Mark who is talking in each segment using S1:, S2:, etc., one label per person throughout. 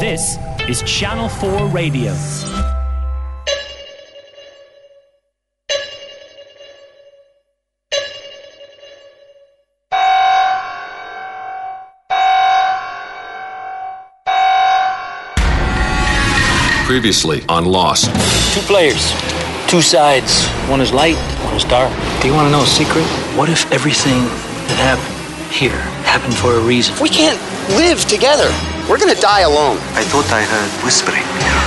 S1: This is Channel 4 Radio.
S2: Previously on Lost.
S3: Two players, two sides. One is light, one is dark. Do you want to know a secret? What if everything that happened here happened for a reason?
S4: We can't live together. We're gonna die alone.
S5: I thought I heard whispering.
S6: We're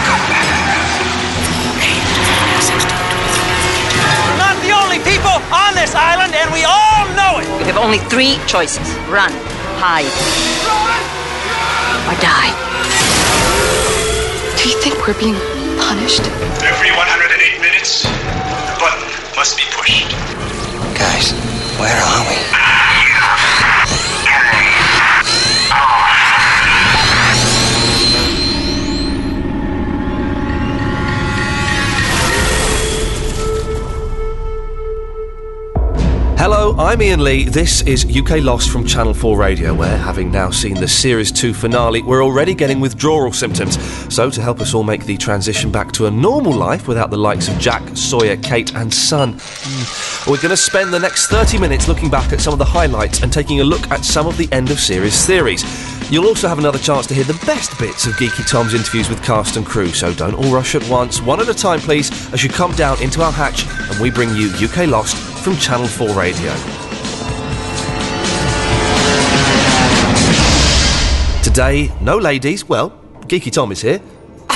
S6: not the only people on this island, and we all know it.
S7: You have only three choices run, hide, or die.
S8: Do you think we're being punished?
S9: Every 108 minutes, the button must be pushed.
S3: Guys, where are we?
S10: Hello, I'm Ian Lee. This is UK Lost from Channel 4 Radio, where, having now seen the Series 2 finale, we're already getting withdrawal symptoms. So, to help us all make the transition back to a normal life without the likes of Jack, Sawyer, Kate, and Son, mm, we're going to spend the next 30 minutes looking back at some of the highlights and taking a look at some of the end of series theories. You'll also have another chance to hear the best bits of Geeky Tom's interviews with cast and crew, so don't all rush at once, one at a time, please, as you come down into our hatch and we bring you UK Lost from Channel 4 Radio. Today, no ladies. Well, Geeky Tom is here.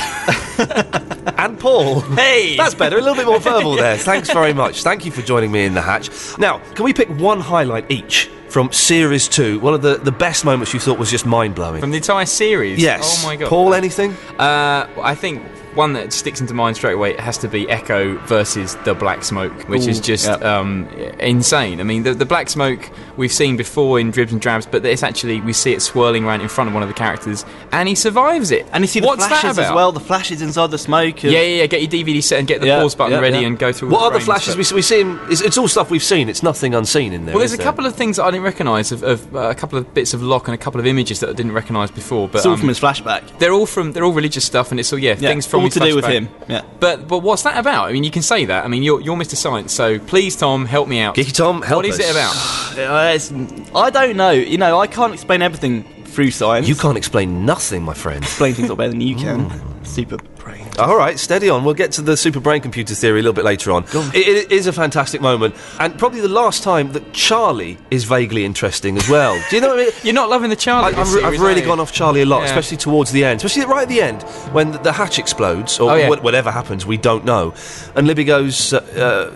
S10: and Paul. Hey! That's better, a little bit more verbal there. Thanks very much. Thank you for joining me in the hatch. Now, can we pick one highlight each from Series 2? One of the, the best moments you thought was just mind blowing.
S11: From the entire series?
S10: Yes.
S11: Oh my god.
S10: Paul, anything?
S11: Uh, well, I think one that sticks into mind straight away has to be Echo versus the Black Smoke, which is
S12: Ooh,
S11: just
S12: yep.
S11: um, insane. I mean, the, the Black Smoke we've seen before in Dribs and Drabs, but it's actually, we see it swirling around in front of one of the characters, and he survives it.
S12: And you see the
S11: What's that
S12: flashes as
S11: about?
S12: well. The flashes inside the smoke.
S11: Yeah, yeah, yeah. Get your DVD set and get the
S12: Yeah,
S11: pause button
S12: yeah,
S11: ready
S12: yeah.
S11: and go through. all
S10: What
S11: the
S10: other
S11: frames,
S10: flashes
S11: but-
S10: we, we see? in- It's, it's all stuff we've seen, it's nothing unseen in there.
S11: Well, there's
S10: is
S11: a
S10: there?
S11: couple of things that I didn't recognise of, of uh, a couple of bits of lock and a couple of images that I didn't recognise before. But
S12: It's all
S11: um,
S12: from his flashback.
S11: they're all from they're all religious stuff, and it's all yeah,
S12: Yeah,
S11: things from
S12: all
S11: his
S12: to do with
S11: flashback.
S12: him, yeah.
S11: But but what's that about? I mean, you can say that. I mean, you're you're Mr. Science, so please, Tom, help me out.
S10: Geeky Tom, help
S11: What is
S10: us.
S11: it about?
S12: Uh, it's- I don't know. You know, I can't explain everything through science.
S10: You can't explain nothing, my friend. Mm.
S12: explain things a lot better than you can. Super brain.
S10: All right, steady on. We'll get to the super brain computer theory a little bit later on. It, it is a fantastic moment, and probably the last time that Charlie is vaguely interesting as well. Do you know what I mean?
S11: You're not loving the
S10: I,
S11: Charlie.
S10: I've,
S11: this
S10: re- I've
S11: series,
S10: really
S11: are you?
S10: gone off Charlie a lot,
S11: Yeah.
S10: especially towards the end. Especially right at the end, when the, the hatch explodes, or
S11: Oh, yeah.
S10: what- whatever happens, we don't know. And Libby goes, uh,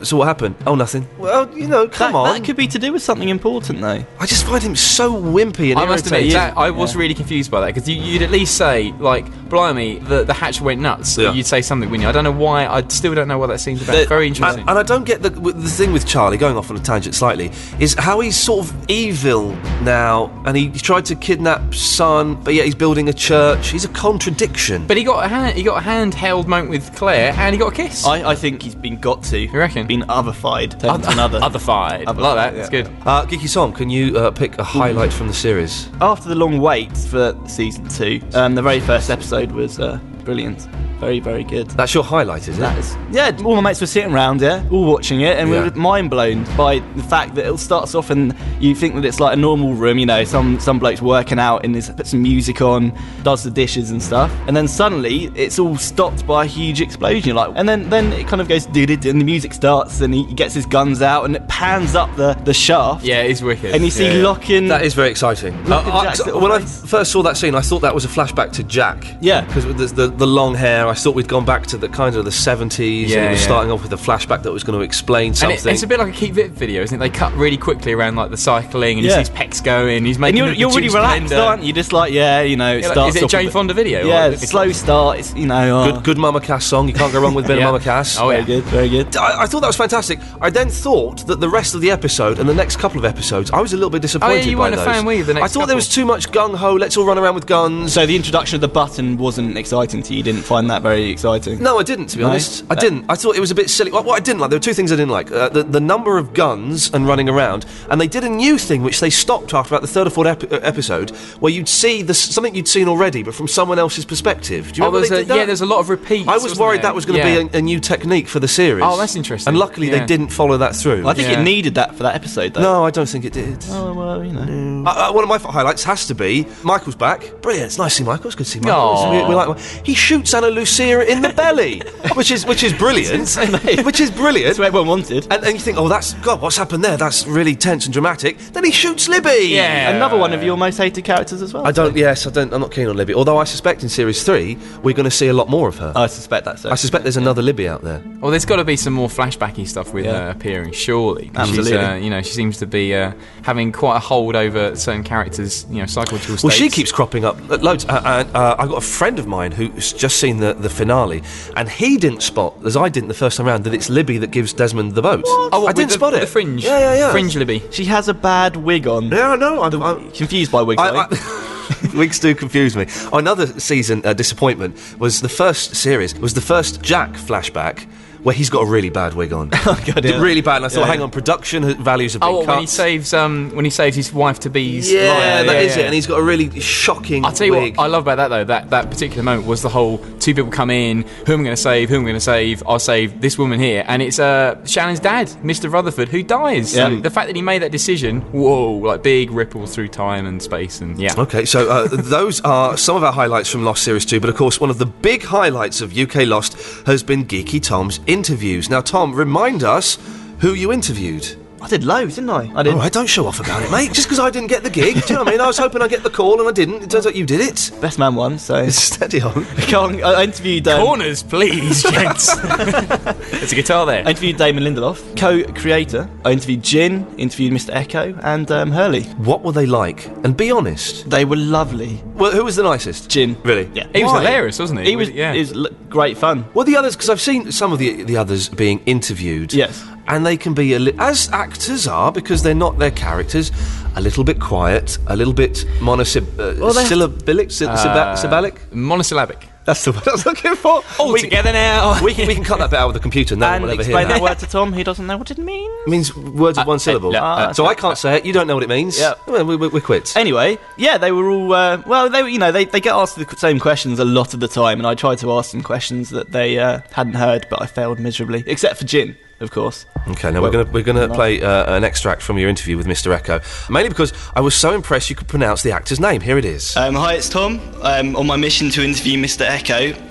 S10: uh, So what happened? Oh, nothing. Well, you know, come
S12: that,
S10: on.
S12: That could be to do with something important, though.
S10: I just find him so wimpy and
S11: I must admit,
S10: irritating.
S11: that, I was really confused by that because you, you'd at least say like, "Blimey, the, the hatch went nuts."
S10: Yeah.
S11: You'd say something, wouldn't you? I don't know why. I still don't know what that scene's about.
S12: The-
S11: Very
S10: And,
S11: interesting.
S10: and I don't get the w- the thing with Charlie going off on a tangent slightly is how he's sort of evil now, and he tried to kidnap son, but yet he's building a church. He's a contradiction.
S11: But he got a hand, he got a handheld moment with Claire, and he got a kiss.
S12: I, I think he's been got to. You
S11: reckon?
S12: Been otherfied. Turned into another.
S11: other fired. I
S12: Other
S11: like that. It's
S12: fired, yeah.
S11: good.
S10: uh, Geeky Tom, can you uh, pick a highlight from the series?
S12: After the long wait for season two, um, the very first episode was uh, brilliant. Very, very good.
S10: That's your highlight, is it?
S12: That is, yeah, all my mates were sitting around, yeah, all watching it, and we
S10: Yeah.
S12: were mind blown by the fact that it starts off and you think that it's like a normal room, you know, some some bloke's working out and this puts some music on, does the dishes and stuff, and then suddenly it's all stopped by a huge explosion, you're like, and then then it kind of goes did it, and the music starts, and he gets his guns out, and it pans up the the shaft,
S11: Yeah, it's wicked.
S12: and you see
S11: Yeah, yeah.
S12: locking.
S10: That is very exciting. Uh,
S12: Look at
S10: I-
S12: Jack's little
S10: when I
S12: face.
S10: first saw that scene, I thought that was a flashback to Jack.
S12: Yeah.
S10: because the, the the long hair. I thought we'd gone back to the kind of the seventies, and
S11: Yeah,
S10: it was
S11: yeah.
S10: starting off with a flashback that was going to explain
S11: And
S10: something.
S11: it, it's a bit like a keep fit video, isn't it? They cut really quickly around like the cycling, and
S12: Yeah.
S11: you see his pecs going. He's
S12: And
S11: making
S12: you're,
S11: the
S12: you're really
S11: juice
S12: relaxed,
S11: blender.
S12: aren't you? Just like, yeah, you know, it
S11: Yeah, like,
S12: starts
S11: is it
S12: off
S11: Jane
S12: with-
S11: Fonda video or
S12: Yeah,
S11: is it-
S12: slow start. It's you know, uh,
S10: good, good Mama Cass song. You can't go wrong with a bit
S11: Yeah.
S10: of Mama Cass.
S11: Oh,
S12: very
S11: yeah.
S12: good, very good.
S10: I, I thought that was fantastic. I then thought that the rest of the episode and the next couple of episodes, I was a little bit disappointed.
S11: Oh, you
S10: by
S11: weren't a
S10: those.
S11: fan, were you, the
S10: I
S11: next
S10: thought there was
S11: couple?
S10: too much gung ho. Let's all run around with guns.
S12: So the introduction of the button wasn't exciting to you. You didn't find that that very exciting?
S10: No, I didn't. To be
S12: No?
S10: honest, I didn't. I thought it was a bit silly. Well, what I didn't like, there were two things I didn't like: uh, the, the number of guns and running around, and they did a new thing which they stopped after about the third or fourth ep- uh, episode, where you'd see the, s- something you'd seen already, but from someone else's perspective. Do you
S8: Oh,
S10: remember
S8: there's
S10: they
S8: a-
S10: did that?
S8: yeah, there's a lot of repeats,
S10: I was
S8: wasn't
S10: worried
S8: there?
S10: that was going to
S8: Yeah.
S10: be a, a new technique for the series.
S8: Oh, that's interesting.
S10: And luckily,
S8: Yeah.
S10: they didn't follow that through.
S12: I think it needed that for that episode, though.
S10: No, I don't think it did.
S12: Oh, well, you know.
S10: Uh, uh, one of my f- highlights has to be Michael's back. Brilliant. It's nice to see Michael. It's good to see Michael.
S8: Aw.
S10: We, we like he shoots Anna Lucia in the belly, which is which is brilliant. which is brilliant.
S12: That's what everyone wanted.
S10: And, and you think, oh, that's God, what's happened there? That's really tense and dramatic. Then he shoots Libby.
S8: Yeah.
S12: Another one of your most hated characters as well.
S10: I don't. Yes, I don't. I'm not keen on Libby. Although I suspect in series three we're going to see a lot more of her.
S8: Oh.
S12: I suspect that. So.
S10: I suspect there's another Libby out there.
S8: Well, there's got to be some more flashbacky stuff with her appearing, surely. 'cause She's, uh,
S12: Absolutely.
S8: you know, she seems to be uh, having quite a hold over certain characters, you know, psychological states.
S10: Well, she keeps cropping up lo- loads. Uh, and uh, I've got a friend of mine who's just seen the, the finale, and he didn't spot, as I didn't the first time round, that it's Libby that gives Desmond the vote.
S8: Oh, what,
S10: I
S8: with
S10: didn't
S8: the,
S10: spot it.
S8: The fringe.
S10: Yeah, yeah, yeah.
S8: Fringe Libby.
S12: She has a bad wig on.
S10: Yeah, I know. I'm, I'm,
S12: Confused by wigs.
S10: I,
S12: I, think.
S10: I, wigs do confuse me. Another season uh, disappointment was the first series was the first Jack flashback. Where he's got a really bad wig on,
S12: God, yeah.
S10: really bad. And I thought,
S12: Yeah,
S10: hang
S12: yeah.
S10: on, production h- values have been
S8: Oh,
S10: cut.
S8: when he saves um, when he saves his wife to be's.
S10: yeah, that is
S8: life.
S10: it. And he's got a really shocking.
S8: I'll tell you
S10: wig.
S8: what I love about that though. That that particular moment was the whole two people come in. Who am I going to save? Who am I going to save? I'll save this woman here, and it's uh, Shannon's dad, Mr. Rutherford, who dies.
S12: Yeah.
S8: So the fact that he made that decision, whoa, like big ripples through time and space, and yeah.
S10: Okay, so uh, those are some of our highlights from Lost Series 2, but of course, one of the big highlights of UK Lost has been Geeky Tom's interviews. Now, Tom, remind us who you interviewed.
S12: I did loads, didn't I? I did.
S10: All right, don't show off about it, mate. Just because I didn't get the gig, do you know what I mean? I was hoping I'd get the call and I didn't. It turns out you did it.
S12: Best man won, so.
S10: Steady on.
S12: I can't- I interviewed. Um,
S8: Corners, please, gents. There's a guitar there.
S12: I interviewed Damon Lindelof, co-creator. I interviewed Jin, interviewed Mr. Echo, and um, Hurley.
S10: What were they like? And be honest.
S12: They were lovely.
S10: Well, who was the nicest?
S12: Jin.
S10: Really?
S12: Yeah.
S8: he was
S10: Why?
S8: hilarious, wasn't he?
S12: He was,
S8: yeah.
S12: it was l- great fun.
S10: Well, the others, because I've seen some of the the others being interviewed.
S12: Yes.
S10: and they can be a li- as actors are because they're not their characters. A little bit quiet, a little bit monosib- uh,
S12: Well, they-
S10: syllabic, sy-
S12: Uh,
S10: syba- syllabic.
S8: Monosyllabic.
S10: That's the word I was looking for.
S8: All
S10: we,
S8: together now.
S10: we, can, we can cut that bit out of the computer. No one
S12: And
S10: will ever hear
S12: explain
S10: that.
S12: that word to Tom, who doesn't know what it means.
S10: It means words of one syllable. Ah,
S12: uh, uh,
S10: so I can't say it. You don't know what it means.
S12: Yeah.
S10: Well, we, we, we're quits.
S12: Anyway, yeah, they were all uh, well. They were- you know they, they get asked the same questions a lot of the time, and I tried to ask them questions that they uh, hadn't heard, but I failed miserably, except for Jin, of course.
S10: Okay, now we're gonna we're gonna play uh, an extract from your interview with Mr. Echo, mainly because I was so impressed you could pronounce the actor's name. Here it is.
S13: Um, hi, it's Tom. I'm on my mission to interview Mr. Echo,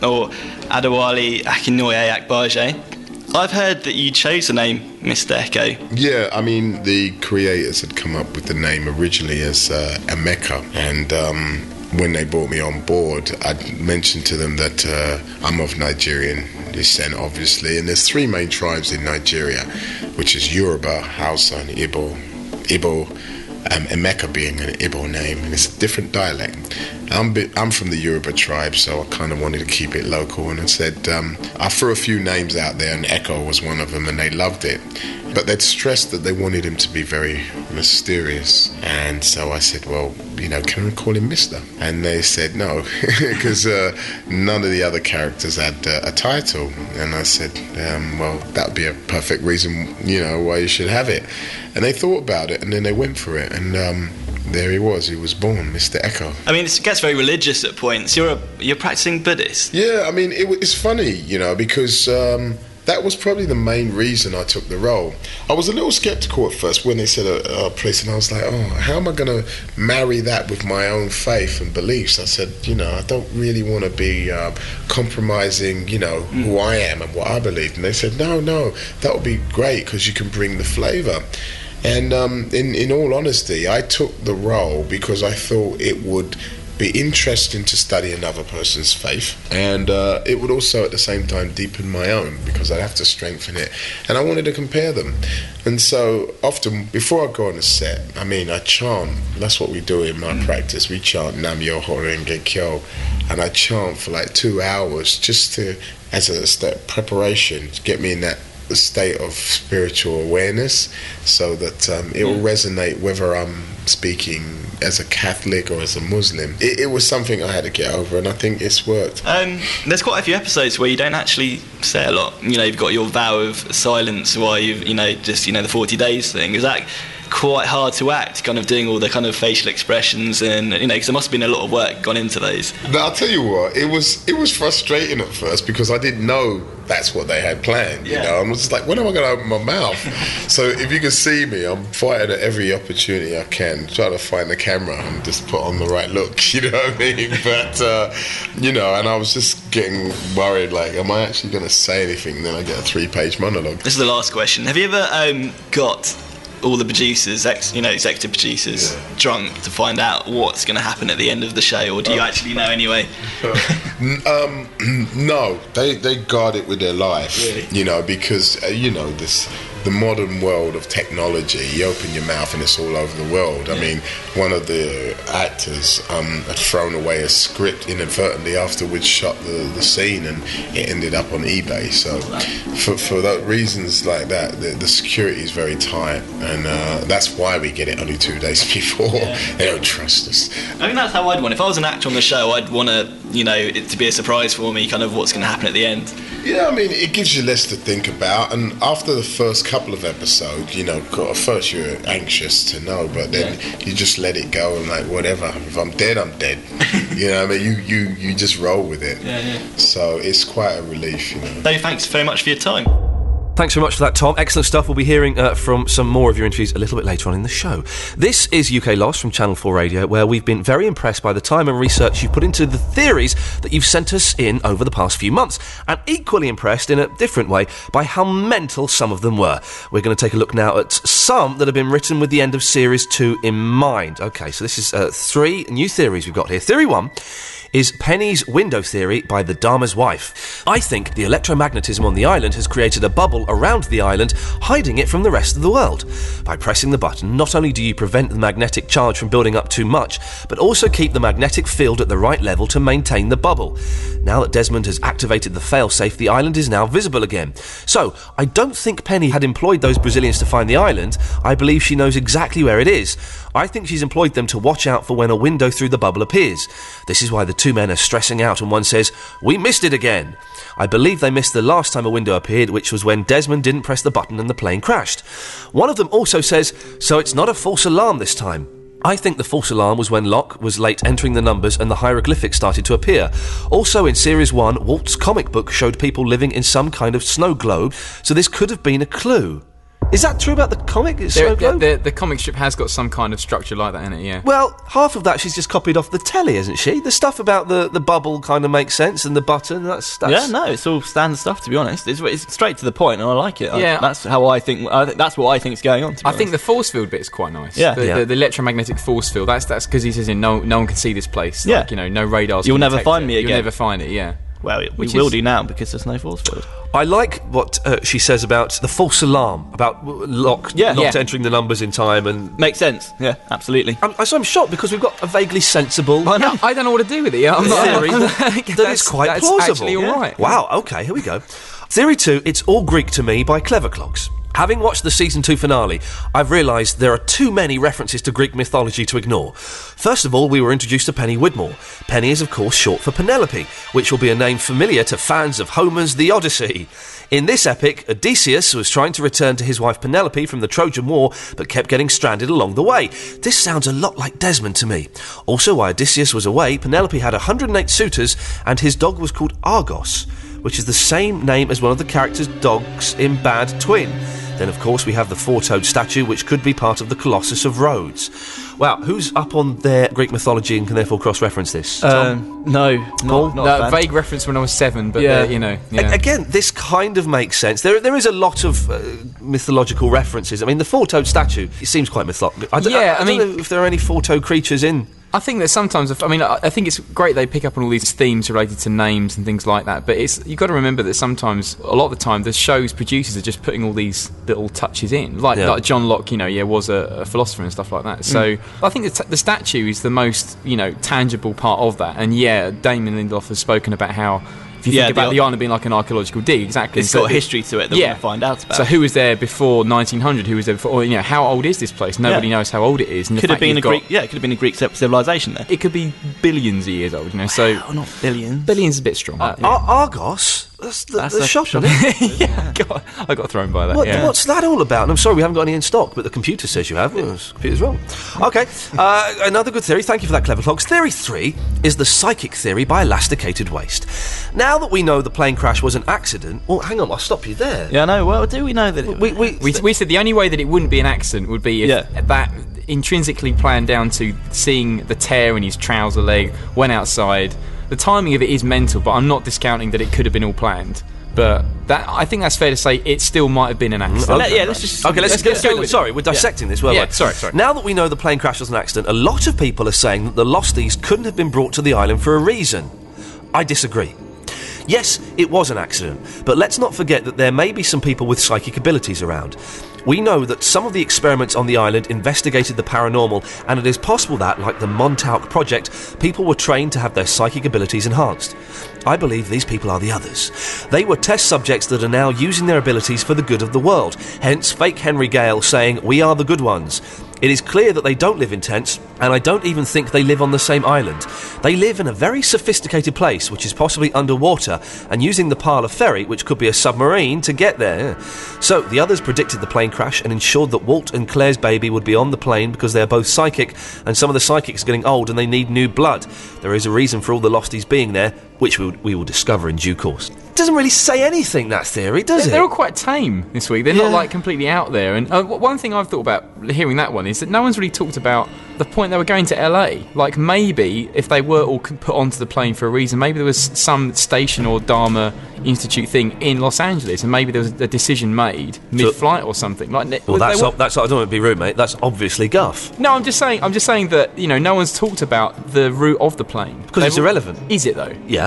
S13: or Adewale Akinoye Akbaje. I've heard that you chose the name Mr. Echo.
S4: Yeah, I mean, the creators had come up with the name originally as uh, Emeka, and um, when they brought me on board, I mentioned to them that uh, I'm of Nigerian descent, obviously, and there's three main tribes in Nigeria, which is Yoruba, Hausa, and Igbo. Igbo um, Emeka being an Igbo name, and it's a different dialect. I'm, bi- I'm from the Yoruba tribe, so I kind of wanted to keep it local, and I said um, I threw a few names out there, and Echo was one of them, and they loved it. But they'd stressed that they wanted him to be very mysterious, and so I said, well, you know, can I call him Mister? And they said no, because uh, none of the other characters had uh, a title, and I said, um, well, that'd be a perfect reason, you know, why you should have it. And they thought about it, and then they went for it, and um, there he was. He was born, Mr. Echo.
S13: I mean, it gets very religious at points. You're a, you're practicing Buddhist.
S4: Yeah, I mean, it, wa- it's funny, you know, because um, that was probably the main reason I took the role. I was a little skeptical at first when they said a, a place, and I was like, oh, how am I going to marry that with my own faith and beliefs? I said, you know, I don't really want to be um, compromising, you know, who I am and what I believe. And they said, no, no, that would be great because you can bring the flavour. And um, in, in all honesty, I took the role because I thought it would be interesting to study another person's faith, and uh, it would also at the same time deepen my own because I'd have to strengthen it, and I wanted to compare them. And so often before I go on a set, I mean, I chant. That's what we do in my practice. We chant Nam Myoho Renge Kyo, and I chant for like two hours just to, as a step preparation, to get me in that
S10: state of spiritual awareness so that um, it will resonate whether I'm speaking as a Catholic or as a Muslim. It, it was something I had to get over, and I think it's worked.
S5: Um, there's quite a few episodes where you don't actually say a lot. You know, you've got your vow of silence while you, you know, just you know the 40 days thing. Is that quite hard to act? Kind of doing all the kind of facial expressions and you know, because there must have been a lot of work gone into those.
S10: But I'll tell you what, it was it was frustrating at first because I didn't know that's what they had planned. You
S5: Yeah.
S10: know, I was just like, when am I going to open my mouth? so if you can see me, I'm fired at every opportunity I can, trying to find the camera and just put on the right look. You know what I mean? But uh, you know, and I was just getting worried, like, am I actually going to say anything? Then I get a three-page monologue.
S5: This is the last question. Have you ever um, got all the producers, ex, you know, executive producers, drunk to find out what's going to happen at the end of the show, or do you actually know anyway?
S10: N- um, no, they they guard it with their life,
S5: Really?
S10: you know, because uh, you know this the modern world of technology. You open your mouth and it's all over the world. I mean, one of the actors um, had thrown away a script inadvertently after we'd shot the, the scene, and it ended up on eBay. So, for for tho- reasons like that, the, the security is very tight, and uh, that's why we get it only two days before. They don't trust us.
S5: I mean, that's how I'd want. If I was an actor on the show, I'd want to, you know, it to be a surprise for me, kind of what's going to happen at the end.
S10: Yeah, I mean, it gives you less to think about. And after the first couple of episodes, you know, God, at first you're anxious to know, but then you just let it go and like whatever. If I'm dead, I'm dead. you know, what I mean, you you you just roll with it.
S5: Yeah, yeah.
S10: So it's quite a relief, you know.
S5: So thanks very much for your time.
S8: Thanks very much for that, Tom. Excellent stuff. We'll be hearing uh, from some more of your interviews a little bit later on in the show. This is UK Lost from Channel 4 Radio, where we've been very impressed by the time and research you've put into the theories that you've sent us in over the past few months, and equally impressed in a different way by how mental some of them were. We're going to take a look now at some that have been written with the end of Series 2 in mind. Okay, so this is uh, three new theories we've got here. Theory 1 is Penny's window theory by the Dharma's wife. I think the electromagnetism on the island has created a bubble around the island, hiding it from the rest of the world. By pressing the button, not only do you prevent the magnetic charge from building up too much, but also keep the magnetic field at the right level to maintain the bubble. Now that Desmond has activated the failsafe, the island is now visible again. So, I don't think Penny had employed those Brazilians to find the island. I believe she knows exactly where it is. I think she's employed them to watch out for when a window through the bubble appears. This is why the two men are stressing out and one says, We missed it again. I believe they missed the last time a window appeared, which was when Desmond didn't press the button and the plane crashed. One of them also says, So it's not a false alarm this time. I think the false alarm was when Locke was late entering the numbers and the hieroglyphics started to appear. Also, in Series 1, Walt's comic book showed people living in some kind of snow globe, so this could have been a clue. Is that true about the comic? It's
S1: There-
S8: snow globe?
S1: The, the comic strip has got some kind of structure like that in it, yeah.
S8: Well, half of that she's just copied off the telly, isn't she? The stuff about the, the bubble kind of makes sense, and the button, that's... that's
S12: yeah, no, it's all standard stuff. To be honest, it's, it's straight to the point, and I like it. I-
S1: Yeah.
S12: that's how I think. I think that's what I think's going on. To be
S1: I think the force field bit is quite nice.
S12: Yeah.
S1: the,
S12: Yeah.
S1: The, the electromagnetic force field. That's that's because he says in no no one can see this place.
S12: Yeah.
S1: like, you know, no radars.
S12: You'll
S1: can
S12: never
S1: detect
S12: find
S1: it.
S12: me
S1: You'll
S12: again.
S1: never find it. Yeah.
S12: Well, we
S1: Which
S12: will
S1: is-
S12: do now because there's no force field.
S8: I like what uh, she says about the false alarm, about w- Locke
S12: Yeah.
S8: not
S12: Yeah.
S8: entering the numbers in time, and...
S12: Makes sense. Yeah, absolutely.
S8: I'm, so I'm shocked because we've got a vaguely sensible...
S1: I, know. I don't know what to do with it. Yeah, I'm not,
S8: theory
S1: I'm not-
S8: that- that is
S1: that's-
S8: quite
S1: that's
S8: plausible.
S1: actually all right.
S8: Wow, okay, here we go. Theory two, it's all Greek to me by Clever Clogs. Having watched the season two finale, I've realised there are too many references to Greek mythology to ignore. First of all, we were introduced to Penny Widmore. Penny is, of course, short for Penelope, which will be a name familiar to fans of Homer's The Odyssey. In this epic, Odysseus was trying to return to his wife Penelope from the Trojan War, but kept getting stranded along the way. This sounds a lot like Desmond to me. Also, while Odysseus was away, Penelope had 108 suitors, and his dog was called Argos, which is the same name as one of the character's dogs in Bad Twin. Then, of course, we have the four toed statue, which could be part of the Colossus of Rhodes. Wow, who's up on their Greek mythology and can therefore cross reference this?
S12: Um, no, Paul? not a
S1: That
S12: fan.
S1: vague reference when I was seven, but
S8: Yeah.
S1: uh, you know,
S8: A-
S1: yeah.
S8: Again, this kind of makes sense. There, there is a lot of uh, mythological references. I mean, the four-toed statue it seems quite mythological. I don't, I-
S1: Yeah,
S8: I
S1: I mean-
S8: don't know if there are any four-toed creatures in.
S1: I think that sometimes, I mean, I I think it's great they pick up on all these themes related to names and things like that. But it's you've got to remember that sometimes, a lot of the time, the show's producers are just putting all these little touches in, like
S8: Yeah.
S1: like John Locke, you know, yeah, was a, a philosopher and stuff like that. So
S8: Mm.
S1: I think the, t- the statue is the most you know tangible part of that. And yeah, Damon Lindelof has spoken about how. If you
S12: Yeah,
S1: think
S12: the
S1: about the,
S12: ar-
S1: island being like an archaeological dig, exactly.
S12: It's got history to it that we wanna find out about.
S1: So who was there before 1900? Who was there before? Or, you know, how old is this place? Nobody
S12: Yeah.
S1: knows how old it is. And the
S12: Could have
S1: fact you've
S12: been a
S1: got-
S12: Greek, yeah, it could have been a Greek civilization there.
S1: It could be billions of years old, you know. So
S12: not billions. Uh,
S1: Billions is a bit strong.
S8: Ar- Argos? That's the,
S1: That's
S8: the
S1: the
S8: shop,
S1: shop.
S8: isn't it?
S1: I got thrown by that.
S8: What,
S1: yeah.
S8: What's that all about? And I'm sorry we haven't got any in stock, but the computer says you have. Well, the computer's wrong. Okay, uh, another good theory. Thank you for that, Clever Clogs. Theory three is the psychic theory by elasticated waste. Now that we know the plane crash was an accident, well, hang on, I'll stop you there.
S12: Yeah, I know. Well, do we know that it,
S8: we, we,
S1: We, we said the only way that it wouldn't be an accident would be if that intrinsically planned down to seeing the tear in his trouser leg, went outside. The timing of it is mental, but I'm not discounting that it could have been all planned. But that I think that's fair to say it still might have been
S12: Mm,
S1: an accident.
S8: Okay. okay. Let's, let's go. with it. sorry, we're dissecting this. Well,
S1: yeah,
S8: right.
S1: sorry, sorry.
S8: Now that we know the plane crash was an accident, a lot of people are saying that the Losties couldn't have been brought to the island for a reason. I disagree. Yes, it was an accident, but let's not forget that there may be some people with psychic abilities around. We know that some of the experiments on the island investigated the paranormal, and it is possible that, like the Montauk Project, people were trained to have their psychic abilities enhanced. I believe these people are the others. They were test subjects that are now using their abilities for the good of the world, hence fake Henry Gale saying, We are the good ones. It is clear that they don't live in tents, and I don't even think they live on the same island. They live in a very sophisticated place, which is possibly underwater, and using the Parla ferry, which could be a submarine, to get there. So, the others predicted the plane crash and ensured that Walt and Claire's baby would be on the plane because they are both psychic, and some of the psychics are getting old and they need new blood. There is a reason for all the Losties being there, which we, we will discover in due course. Doesn't really say anything, that theory, does
S1: they're,
S8: it?
S1: they're all quite tame this week. They're not like completely out there. And uh, w- one thing I've thought about hearing that one is that no one's really talked about the point they were going to LA. Like maybe if they were all c- put onto the plane for a reason, maybe there was some station or Dharma Institute thing in Los Angeles, and maybe there was a decision made mid-flight or something. Like they-
S8: Well,
S1: they
S8: that's,
S1: were-
S8: ob- that's I don't want to be rude, mate. That's obviously guff.
S1: no, I'm just saying. I'm just saying that you know no one's talked about the route of the plane
S8: Because it's irrelevant.
S1: Is it though? Mm.
S8: Yeah.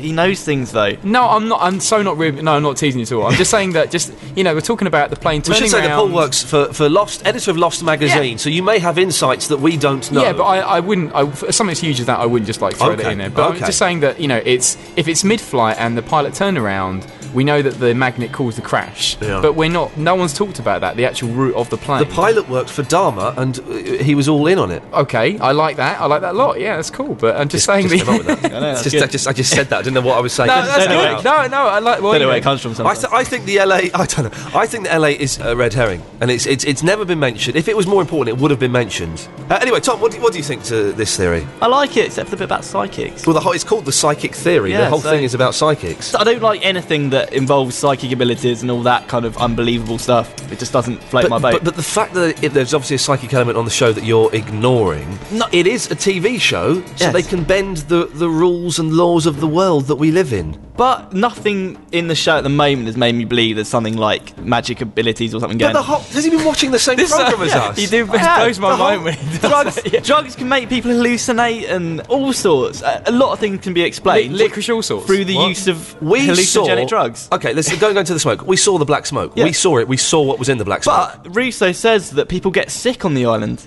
S12: he knows things though.
S1: No, I'm not. I'm so not rude. No, I'm not teasing you at all. I'm just saying that. Just you know, we're talking about the plane
S8: We
S1: turning
S8: should say that
S1: round.
S8: Paul works for, for Lost, editor of Lost magazine, so you may have insights that we don't know.
S1: Yeah, but I, I wouldn't. I, for something as huge as that, I wouldn't just like throw
S8: Okay,
S1: that in there. But
S8: okay.
S1: I'm just saying that you know, it's if it's mid-flight and the pilot turnaround, we know that the magnet caused the crash.
S8: Yeah.
S1: But we're not. No one's talked about that. The actual route of the plane.
S8: the pilot worked for Dharma, and uh, he was all in on it.
S1: okay, I like that. I like that a lot. Yeah, that's cool. But um, I'm just, saying
S8: Just
S1: the.
S8: came up with that. It's just- I, just, I just said that. I didn't know what I was saying.
S1: No, that's good. No, no, I like. Well,
S8: Don't
S1: you
S8: know where it
S1: know.
S8: comes from I, th- I think the LA. I don't know. I think the LA is a red herring, and it's it's it's never been mentioned. If it was more important, it would have been mentioned. Uh, anyway, Tom, what do, you- what do you think to this theory?
S12: I like it, except for the bit about psychics.
S8: Well, the whole, it's called the psychic theory. the
S12: Yeah,
S8: whole
S12: so-
S8: thing is about psychics.
S12: I don't like anything that involves psychic abilities and all that kind of unbelievable stuff. It just doesn't float
S8: But,
S12: my boat.
S8: but, but the fact that it, there's obviously a psychic element on the show that you're ignoring, it is a TV show, so
S12: Yes.
S8: they can bend the, the rules and laws of the world that we live in.
S12: But nothing in the show at the moment has made me believe there's something like magic abilities or something
S8: But
S12: going
S8: the whole, has he been watching the same
S12: This, uh,
S8: program as
S12: yeah,
S8: us?
S12: you do
S8: I have.
S12: blows my
S8: The whole-
S12: mind when he does
S8: drugs-
S12: that, yeah. Drugs can make people hallucinate and all sorts. A, a lot of things can be explained.
S1: licorice all sorts.
S12: Through the
S8: What?
S12: use of
S8: we
S12: hallucinogenic
S8: saw,
S12: drugs.
S8: Okay, let's go go into the smoke. We saw the black smoke.
S12: Yeah.
S8: We saw it. We saw what was in the black smoke.
S12: But Russo says that people get sick on the island.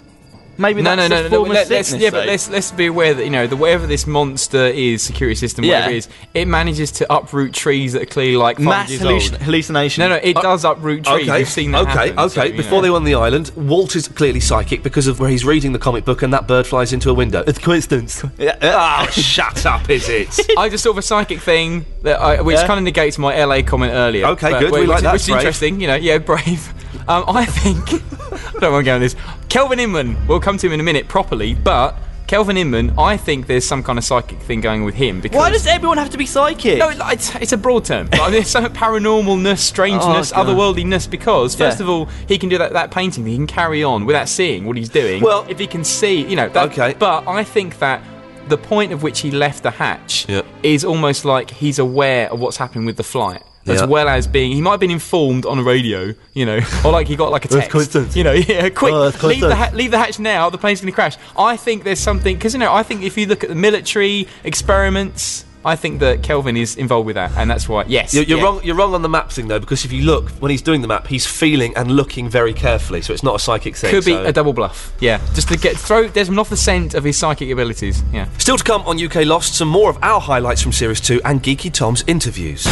S12: Maybe
S1: No, no,
S12: that's
S1: no,
S12: a
S1: no.
S12: form of
S1: Let, let's,
S12: sickness,
S1: yeah,
S12: though.
S1: but let's let's be aware that you know the wherever this monster is, security system, whatever
S12: Yeah.
S1: it is, it manages to uproot trees that are clearly like five
S12: mass
S1: years
S12: hallucin-
S1: old.
S12: hallucination.
S1: No, no, it does uproot trees.
S8: Okay.
S1: We've seen that.
S8: okay,
S1: happen,
S8: okay.
S1: so, you
S8: Before
S1: know.
S8: they were on the island, Walt is clearly psychic because of where he's reading the comic book and that bird flies into a window. It's coincidence.
S1: ah,
S12: Ah,
S8: oh, shut up, is it?
S1: I just sort of a psychic thing that I, which
S8: Yeah.
S1: kind of negates my LA comment earlier.
S8: Okay,
S1: but-
S8: good, we
S1: which,
S8: like that,
S1: Which is
S8: brave.
S1: interesting, you know. Yeah, brave. Um, I think I don't want to go on this. Kelvin Inman. We'll come to him in a minute properly, but Kelvin Inman. I think there's some kind of psychic thing going on with him because
S12: Why does everyone have to be psychic?
S1: No, it- it's, it's a broad term. Like, there's some paranormalness, strangeness,
S12: Oh, God.
S1: otherworldliness. Because first
S12: Yeah.
S1: of all, he can do that, that painting. He can carry on without seeing what he's doing.
S8: Well-
S1: if he can see, you know. That, okay. But I think that the point of which he left the hatch
S8: Yep.
S1: is almost like he's aware of what's happening with the flight. As
S8: Yeah.
S1: well as being, he might have been informed on a radio, you know, or like he got like a
S8: That's
S1: text,
S8: coincidence.
S1: you know, yeah, quick,
S8: Oh, that's
S1: leave the
S8: coincidence.
S1: ha- leave the hatch now. The plane's going to crash. I think there's something because you know I think if you look at the military experiments, I think that Kelvin is involved with that, and that's why. Yes,
S8: You're, you're
S1: yeah.
S8: wrong. You're wrong on the map thing though, because if you look when he's doing the map, he's feeling and looking very carefully, so it's not a psychic thing.
S1: Could be
S8: so-
S1: a double bluff. Yeah, just to get throw Desmond off the scent of his psychic abilities. Yeah.
S8: Still to come on UK Lost, some more of our highlights from Series 2 and Geeky Tom's interviews.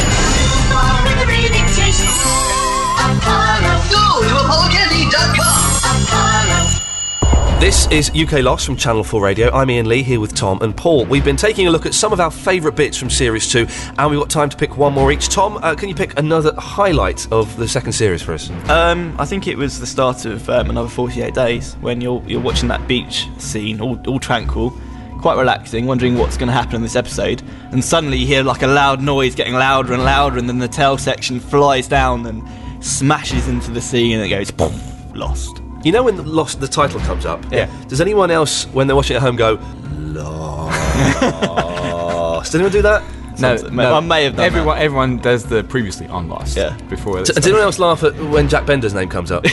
S8: This is UK Lost from Channel 4 Radio. I'm Ian Lee here with Tom and Paul. We've been taking a look at some of our favourite bits from Series 2, and we've got time to pick one more each. Tom, uh, can you pick another highlight of the second series for us?
S12: Um, I think it was the start of um, another 48 days when you're you're watching that beach scene, all, all tranquil, quite relaxing, wondering what's going to happen in this episode, and suddenly you hear like a loud noise getting louder and louder, and then the tail section flies down and smashes into the sea, and it goes boom, lost.
S8: You know when the, lost, the title comes up?
S12: Yeah.
S8: Does anyone else, when they're watching at home, go, Lost? Did anyone do that?
S1: No, no.
S8: I
S1: may have done everyone. Everyone does the previously on Lost. Yeah. Before.
S8: D- did anyone else laugh at when Jack Bender's name comes up?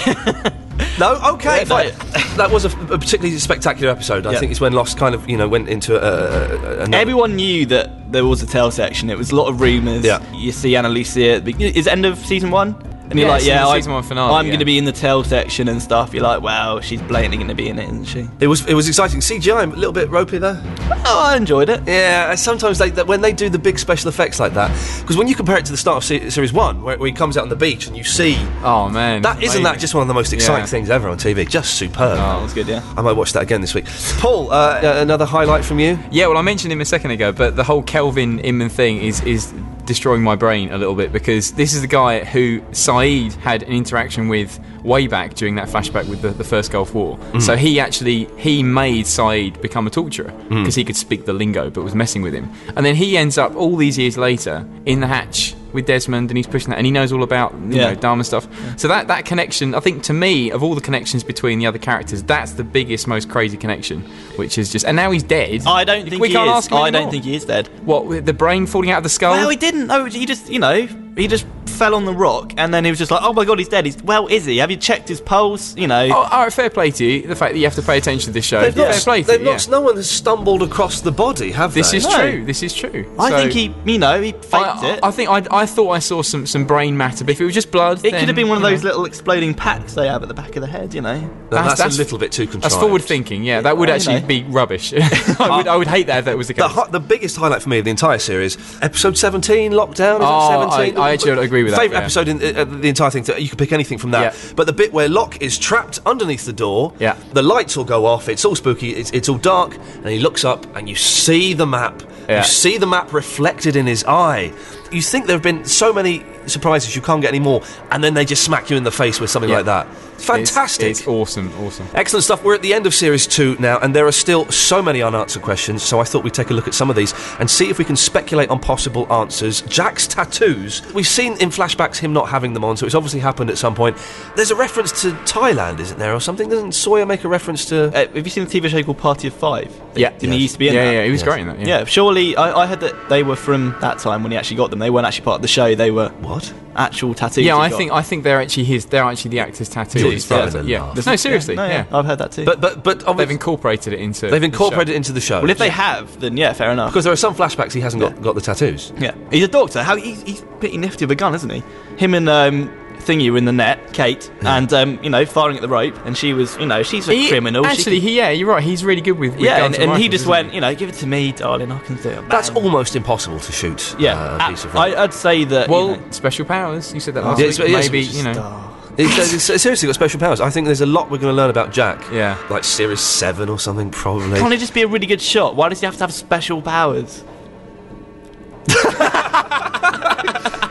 S8: no. Okay. fine. That was a, a particularly spectacular episode. I
S12: Yeah.
S8: think it's when Lost kind of you know went into a. a, a
S12: Everyone knew that there was a tail section. It was a lot of rumours. Yeah. You see Annalisa at the be- is it end of season one? And you're
S1: Yeah,
S12: like,
S1: it's
S12: yeah,
S1: the
S12: I,
S1: season one finale,
S12: I'm
S1: yeah.
S12: going to be in the tail section and stuff. You're like, wow, she's blatantly going to be in it, isn't she?
S8: It was it was exciting. CGI a little bit ropey there.
S12: Oh, I enjoyed it.
S8: uh, Yeah, and sometimes they, that when they do the big special effects like that, because when you compare it to the start of se- series one, where, where he comes out on the beach and you see,
S1: oh man,
S8: that isn't that
S1: amazing.
S8: just one of the most exciting
S1: Yeah.
S8: things ever on TV? Just superb.
S1: Oh, it was good, yeah.
S8: I might watch that again this week. Paul, uh, another highlight from you?
S1: Yeah, well, I mentioned him a second ago, but the whole Kelvin Inman thing is is destroying my brain a little bit because this is the guy who Saeed had an interaction with way back during that flashback with the, the first Gulf War.
S14: Mm.
S1: So he actually he made Saeed become a torturer
S14: Mm.
S1: because he could speak the lingo but was messing with him. And then he ends up all these years later in the hatch with Desmond and he's pushing that and he knows all about you
S12: Yeah.
S1: know Dharma stuff. So that that connection, I think to me, of all the connections between the other characters, that's the biggest, most crazy connection. Which is just and now he's dead.
S12: I don't think
S1: we
S12: he
S1: can't
S12: is.
S1: ask him
S12: I don't
S1: anymore.
S12: think he is dead.
S1: What with the brain falling out of the skull?
S12: No, he didn't. Oh, he just, you know, he just fell on the rock, and then he was just like, oh my god, he's dead. He's well, is he? Have you checked his pulse? You know.
S1: Oh, all right, fair play to you. The fact that you have to pay attention to this show.
S8: They've not,
S1: fair play to
S8: they've
S1: you,
S8: not.
S1: yeah.
S8: No one has stumbled across the body, have
S1: This
S8: they?
S1: is true. This is true.
S8: I think
S12: he, you know, he faked
S1: I, it. I think I, I thought I saw some, some brain matter, but if it was just blood,
S12: It could have been one of those little exploding packs they have at the back of the head, you know.
S8: that's a little bit too
S1: That's
S8: contrived.
S1: forward thinking. Yeah, that would
S12: I
S1: actually
S12: know.
S1: be rubbish. I would I would hate that if that was the case.
S8: The, hi- the biggest highlight for me of the entire series, episode 17, Lockdown, is
S1: Oh,
S8: it 17?
S1: I- I actually agree with that,
S8: Favourite
S1: yeah.
S8: episode in uh, uh, the entire thing, so you could pick anything from that. But the bit where Locke is trapped underneath the door, yeah. the lights all go off, it's all spooky, it's, it's all dark, and he looks up and you see the map.
S1: Yeah.
S8: You see the map reflected in his eye. You think there have been so many surprises, you can't get any more, and then they just smack you in the face with something
S1: Yeah.
S8: like that.
S1: It's-
S8: Fantastic.
S1: It's, awesome. Awesome.
S8: Excellent stuff. We're at the end of series two now, and there are still so many unanswered questions. So I thought we'd take a look at some of these and see if we can speculate on possible answers. Jack's tattoos. We've seen in flashbacks him not having them on, so it's obviously happened at some point. There's a reference to Thailand, isn't there, or something? Doesn't Sawyer make a reference to?
S12: Uh, have you seen the TV show called Party of Five?
S8: Yeah.
S12: Didn't he used to be in
S1: Yeah,
S12: that?
S1: yeah, he was Yes. great in that, yeah.
S12: surely I, I heard that they were from that time when he actually got them. They weren't actually part of the show. They were
S8: what
S12: actual tattoos.
S1: Yeah,
S12: he
S1: I
S12: got.
S1: think I think they're actually his. They're actually the actor's tattoos.
S12: Jeez,
S1: Yeah.
S12: that's a
S1: yeah.
S12: laugh.
S1: No, seriously.
S12: Yeah, no,
S1: yeah.
S12: I've heard that too.
S8: But but but
S1: they've incorporated it into.
S8: They've
S1: the
S8: incorporated
S1: show.
S8: it into the show.
S12: Well, if they
S8: Yeah.
S12: have, then yeah, fair enough.
S8: because there are some flashbacks he hasn't got, got the tattoos.
S12: Yeah, he's a doctor. How he's, he's pretty nifty with a gun, isn't he? Him and um, Thingy were in the net, Kate, and um, you know, firing at the rope, and she was, you know, she's a
S1: He-
S12: criminal. She
S1: Actually,
S12: could-
S1: he, yeah, you're right. He's really good with, with
S12: yeah, and,
S1: guns
S12: and he
S1: rifles,
S12: just
S1: isn't
S12: went, you know, give it to me, darling, I can do it.
S8: That's almost impossible to shoot.
S12: Yeah,
S8: uh, a piece of
S12: I, I'd say that.
S1: Well, special powers. You said that last
S8: Yeah,
S1: week.
S8: it's- yes,
S1: Maybe
S8: it's
S1: you know.
S8: Ah. It's, it's- it's seriously got special powers. I think there's a lot we're going to learn about Jack.
S1: Yeah.
S8: Like Series 7 or something, probably.
S12: Can't it just be a really good shot? Why does he have to have special powers?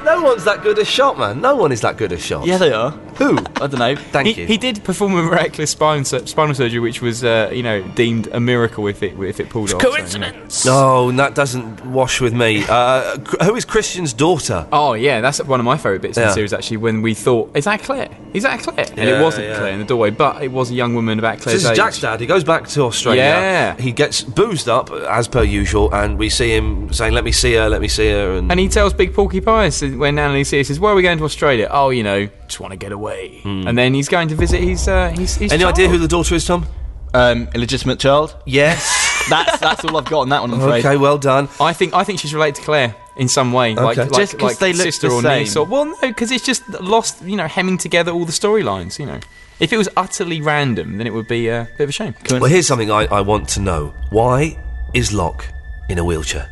S8: no one's that good a shot, man. No one is that good a shot.
S12: Yeah, they are.
S8: Who?
S12: I don't know.
S8: Thank
S1: he,
S8: you.
S1: he did perform a miraculous spine sur- spinal surgery, which was uh, you know deemed a miracle if it if it pulled off. so, you know.
S8: No, Oh, that doesn't wash with me. Uh, cr- who is Christian's daughter?
S1: Oh yeah, that's one of my favourite bits in
S8: Yeah.
S1: the series actually. When we thought, is that Claire? Is that Claire? and
S8: Yeah,
S1: it wasn't
S8: yeah.
S1: Claire in the doorway, but it was a young woman about
S8: So
S1: Claire's
S8: This is
S1: age.
S8: Jack's dad. He goes back to Australia.
S1: Yeah.
S8: He gets boozed up, as per usual, and we see him saying, Let me see her, let me see her. And,
S1: and he tells Big Porky Pie so when Annalise says, "Where are we going to Australia?" Oh, you know, just want to get away.
S8: Hmm.
S1: And then he's going to visit his uh, his, his
S8: Any
S1: child.
S8: idea who the daughter is, Tom?
S12: Um, illegitimate child?
S8: Yes.
S12: That's that's all I've got on that one. I'm afraid.
S8: Okay, well done.
S1: I think I think she's related to Claire in some way, like,
S12: Okay.
S1: like
S12: Just 'cause
S1: like
S12: they look
S1: sister
S12: the
S1: or
S12: same.
S1: niece. Or, well, no, because it's just lost. You know, hemming together all the storylines. You know, if it was utterly random, then it would be uh, a bit of a shame.
S8: Well, here's something I, I want to know. Why is Locke in a wheelchair?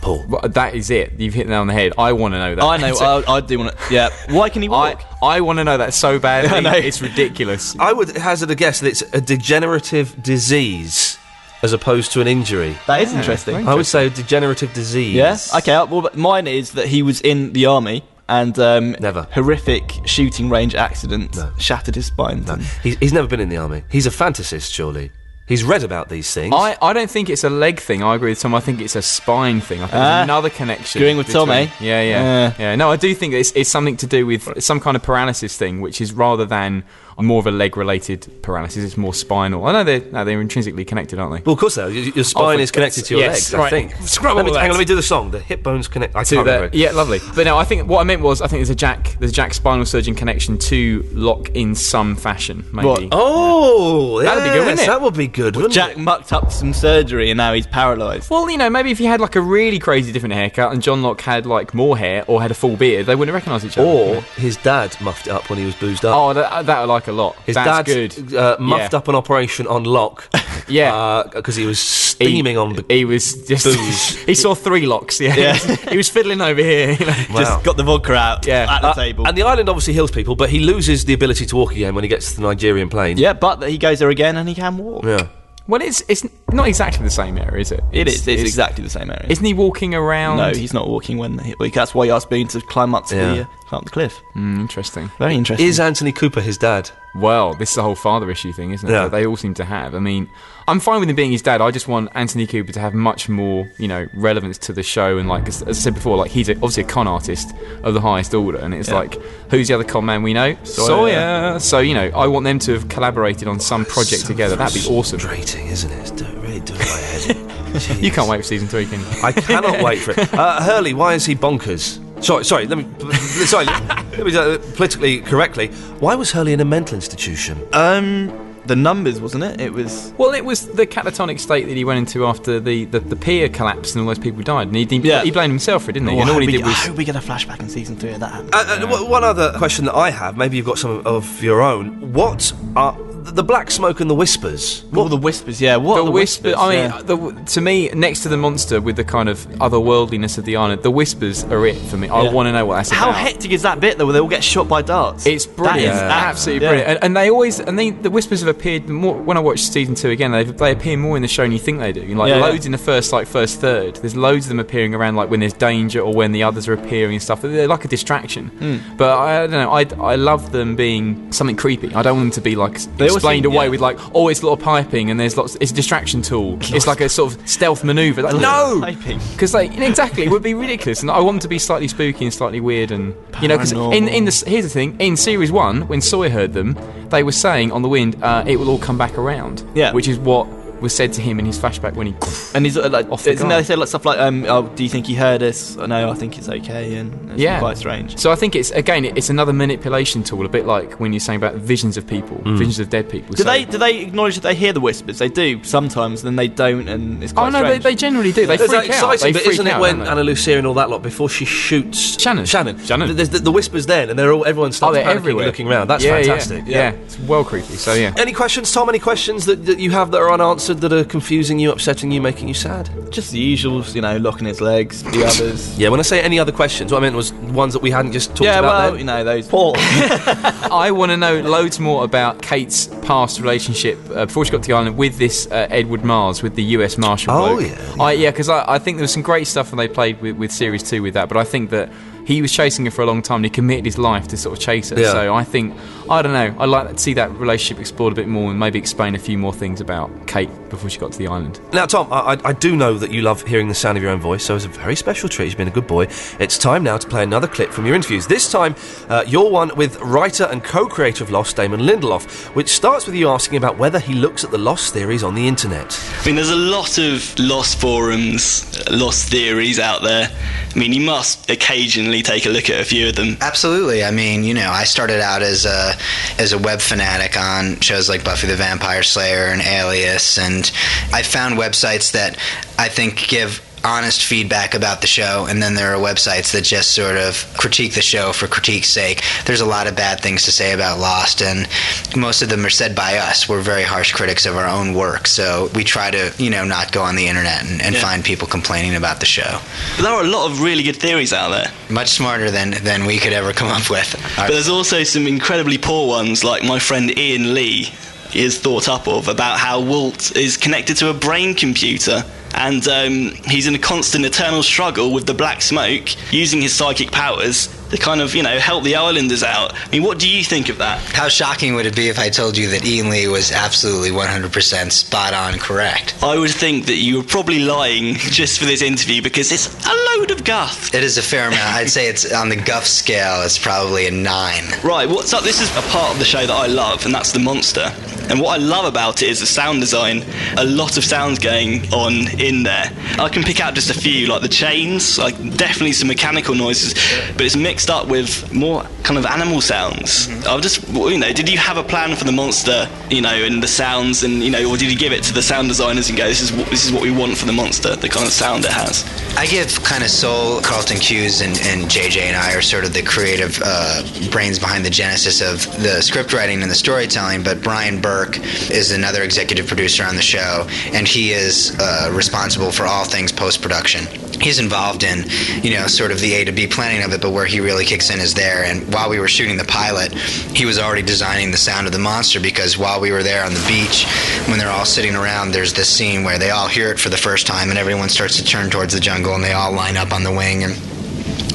S8: Paul.
S1: that is it. You've hit the nail on the head. I want to know that.
S12: I know, I, I do want to. Yeah. Why can he walk?
S1: I, want to know that so badly.
S8: I know.
S1: It's ridiculous.
S8: I would hazard a guess that it's a degenerative disease as opposed to an injury.
S12: That is Yeah, interesting. very
S8: I would say a degenerative disease.
S12: Yes. Okay. uh, Well, but mine is that he was in the army and um, never horrific shooting range accident shattered his spine.
S8: He's, he's never been in the army. He's a fantasist, surely. He's read about these things.
S1: I, I don't think it's a leg thing. I agree with Tom. I think it's a spine thing. I think
S8: Ah.
S1: there's another connection.
S12: Agreeing with Tom, eh?
S1: Yeah,
S12: Yeah.
S1: yeah, yeah. No, I do think it's, it's something to do with some kind of paralysis thing, which is rather than more of a leg-related paralysis. It's more spinal. I know they're no, they're intrinsically connected, aren't they?
S8: Well, of course, though. Your, your spine
S1: for
S8: is connected
S1: God's-
S8: to your
S1: yes,
S8: legs, I
S1: right.
S8: think.
S1: Scrub
S8: let
S1: all
S8: me,
S1: that.
S8: Hang on, let me do the song. The hip bones connect. I
S1: to e-
S8: can't
S1: that.
S8: remember it.
S1: Yeah, lovely. But no, I think what I meant was I think there's a Jack there's a Jack spinal surgeon connection to Locke in some fashion, maybe.
S12: Right.
S8: Oh,
S12: That'd be good, wouldn't it?
S8: That would be good. wouldn't
S12: Jack mucked up some surgery and now he's paralysed.
S1: Well, you know, maybe if he had like a really crazy different haircut and John Locke had like more hair or had a full beard, they wouldn't recognise each other.
S8: Or his dad muffed it up when he was boozed up.
S1: Oh, that, that I like a lot.
S8: His
S1: That's
S8: dad's,
S1: good.
S8: Uh, muffed up an operation on Locke.
S1: Yeah,
S8: because he was steaming on. The
S1: he was just.
S8: booze.
S1: he saw three locks. Yeah,
S8: Yeah.
S1: he was fiddling over here. You know.
S8: Wow.
S12: got the vodka out
S1: yeah. Uh,
S12: at the table.
S8: And the island obviously heals people, but he loses the ability to walk again when he gets to the Nigerian plane.
S12: Yeah, but he goes there again and he can walk.
S8: Yeah.
S1: Well, it's it's not exactly the same area, is it?
S12: It is. It's,
S1: it's-
S12: exactly the same area.
S1: Isn't he walking around?
S12: No, he's not walking when he, well, that's why he asked Boone to climb up to
S1: Yeah.
S12: the, uh, climb up the cliff.
S1: Mm, interesting.
S12: Very interesting.
S8: Is Anthony Cooper his dad?
S1: Well, this is the whole father issue thing, isn't it?
S8: Yeah.
S1: That they all seem to have. I mean, I'm fine with him being his dad. I just want Anthony Cooper to have much more, you know, relevance to the show. And like as, as I said before, like he's a, obviously a con artist of the highest order, and it's
S12: Yeah.
S1: like, who's the other con man we know?
S12: Sawyer.
S1: So you know, I want them to have collaborated on some project together. That'd be awesome.
S8: Frustrating, isn't it? It's do- really doing my head in.
S1: You can't wait for season three, can you?
S8: I cannot wait for it. Uh, Hurley, why is he bonkers? Sorry, sorry. Let me. Sorry. let me do it politically correctly. Why was Hurley in a mental institution?
S12: Um, the numbers, wasn't it? It was.
S1: Well, it was the catatonic state that he went into after the, the, the pier collapse and all those people died. And he, he,
S12: Yeah.
S1: he blamed himself for it, didn't he?
S8: Oh,
S1: and all
S8: I
S1: he
S8: hope
S1: did
S8: he- I
S1: was.
S12: hope we get a flashback in season three of that.
S8: Uh, uh, w- one other question that I have, maybe you've got some of your own. What are the black smoke and the whispers?
S12: What the whispers? Yeah, what
S1: the,
S12: are the
S1: whisper.
S12: whispers?
S1: I mean,
S12: Yeah.
S1: the, to me, next to the monster with the kind of otherworldliness of the island, the whispers are it for me. I
S12: Yeah.
S1: want to know what that's
S12: How
S1: about.
S12: hectic is that bit though? Where they all get shot by darts. It's
S1: Brilliant, absolutely brilliant, and, and they always and they, the whispers have appeared more when I watched season two again. They they appear more in the show than you think they do. Like
S12: Yeah, yeah.
S1: loads in the first like first third. There's loads of them appearing around like when there's danger or when the others are appearing and stuff. They're like a distraction. But I, don't know. I, I love them being something creepy. I don't want them to be like
S12: They all
S1: explained
S12: seem-
S1: away
S12: yeah.
S1: with like, oh, it's a lot of piping and there's lots. It's a distraction tool. It's like a sort of stealth maneuver. Like, no, because like exactly, it would be ridiculous. And I want them to be slightly spooky and slightly weird and you know. Because in in the s- here's the thing in series one when Sawyer heard them, they were saying on the wind, uh, it will all come back around.
S12: Yeah.
S1: which is what was said to him in his flashback when he
S12: And he's uh, like,
S1: Off the
S12: isn't
S1: guard.
S12: they said like stuff like, um, oh, do you think he heard us? Oh, no, I think it's okay, and it's
S1: yeah
S12: quite strange.
S1: So I think it's again it's another manipulation tool, a bit like when you're saying about visions of people,
S12: Mm.
S1: visions of dead people.
S12: Do
S1: So-
S12: they do they acknowledge that they hear the whispers? They do sometimes, then they don't, and it's quite
S1: Oh no, they,
S12: strange.
S1: they generally do. They
S8: There's
S1: freak
S8: that exciting
S1: out. They
S8: bit,
S1: freak
S8: isn't it,
S1: out,
S8: when
S1: don't they?
S8: Anna Lucia and all that lot before she shoots Shannon? Shannon. Shannon. There's the, the whispers then, and they're all everyone
S1: Oh,
S8: starts
S1: they're
S8: panicking and
S1: everywhere.
S8: looking around. That's
S1: Yeah, yeah,
S8: fantastic.
S1: Yeah. it's well creepy. So yeah.
S8: Any questions, Tom? Any questions that, that you have that are unanswered, that are confusing you, upsetting you, making you sad?
S12: Just the usuals, you know, locking his legs, the others.
S8: Yeah, when I say any other questions, what I meant was ones that we hadn't just talked
S12: yeah,
S8: about.
S12: well,
S8: then.
S12: you know those.
S1: I want to know loads more about Kate's past relationship uh, before she got to the island with this uh, Edward Mars, with the U.S. Marshal.
S8: Oh,
S1: bloke.
S8: yeah.
S1: I, yeah, because I, I think there was some great stuff when they played with, with series two with that, but I think that he was chasing her for a long time and he committed his life to sort of chase her.
S8: Yeah.
S1: So I think I don't know. I'd like to see that relationship explored a bit more and maybe explain a few more things about Kate before she got to the island.
S8: Now, Tom, I, I- I do know that you love hearing the sound of your own voice, so it's a very special treat. You've been a good boy. It's time now to play another clip from your interviews. This time, uh, your one with writer and co creator of Lost, Damon Lindelof, which starts with you asking about whether he looks at the Lost theories on the internet.
S5: I mean, there's a lot of lost forums, lost theories out there. I mean, you must occasionally take a look at a few of them.
S4: Absolutely. I mean, you know, I started out as a as a web fanatic on shows like Buffy the Vampire Slayer and Alias and and I found websites that I think give honest feedback about the show and then there are websites that just sort of critique the show for critique's sake there's a lot of bad things to say about lost and most of them are said by us we're very harsh critics of our own work so we try to you know not go on the internet and, and
S5: Yeah.
S4: find people complaining about the show
S5: But there are a lot of really good theories out there.
S4: much smarter than than we could ever come up with
S5: But there's also some incredibly poor ones, like my friend Ian Lee is thought up of about how Walt is connected to a brain computer. And um, he's in a constant eternal struggle with the black smoke, using his psychic powers to kind of, you know, help the islanders out. I mean, what do you think of that?
S4: how shocking would it be if I told you that Ian Lee was absolutely 100% spot on correct
S5: I would think that you were probably lying just for this interview because it's a load of guff.
S4: It is a fair amount. I'd say it's on the guff scale. It's probably a nine.
S5: Right, what's up? This is a part of the show that I love, and that's the monster. And what I love about it is the sound design. A lot of sounds going on in there. I can pick out just a few, like the chains, like definitely some mechanical noises, but it's mixed up with more kind of animal sounds. I've just, well, you know, did you have a plan for the monster, you know, and the sounds, and you know, or did you give it to the sound designers and go, this is what, this is what we want for the monster, the kind of sound it has?
S4: I give kind of soul. Carlton Hughes and, and JJ and I are sort of the creative uh, brains behind the genesis of the script writing and the storytelling. But Brian Burke is another executive producer on the show, and he is uh, responsible for all things post production. He's involved in, you know, sort of the A to B planning of it, but where he really kicks in is there. And while we were shooting the pilot, he was already designing the sound of the monster because while we were there on the beach, when they're all sitting around, there's this scene where they all hear it for the first time and everyone starts to turn towards the jungle and they all line up on the wing and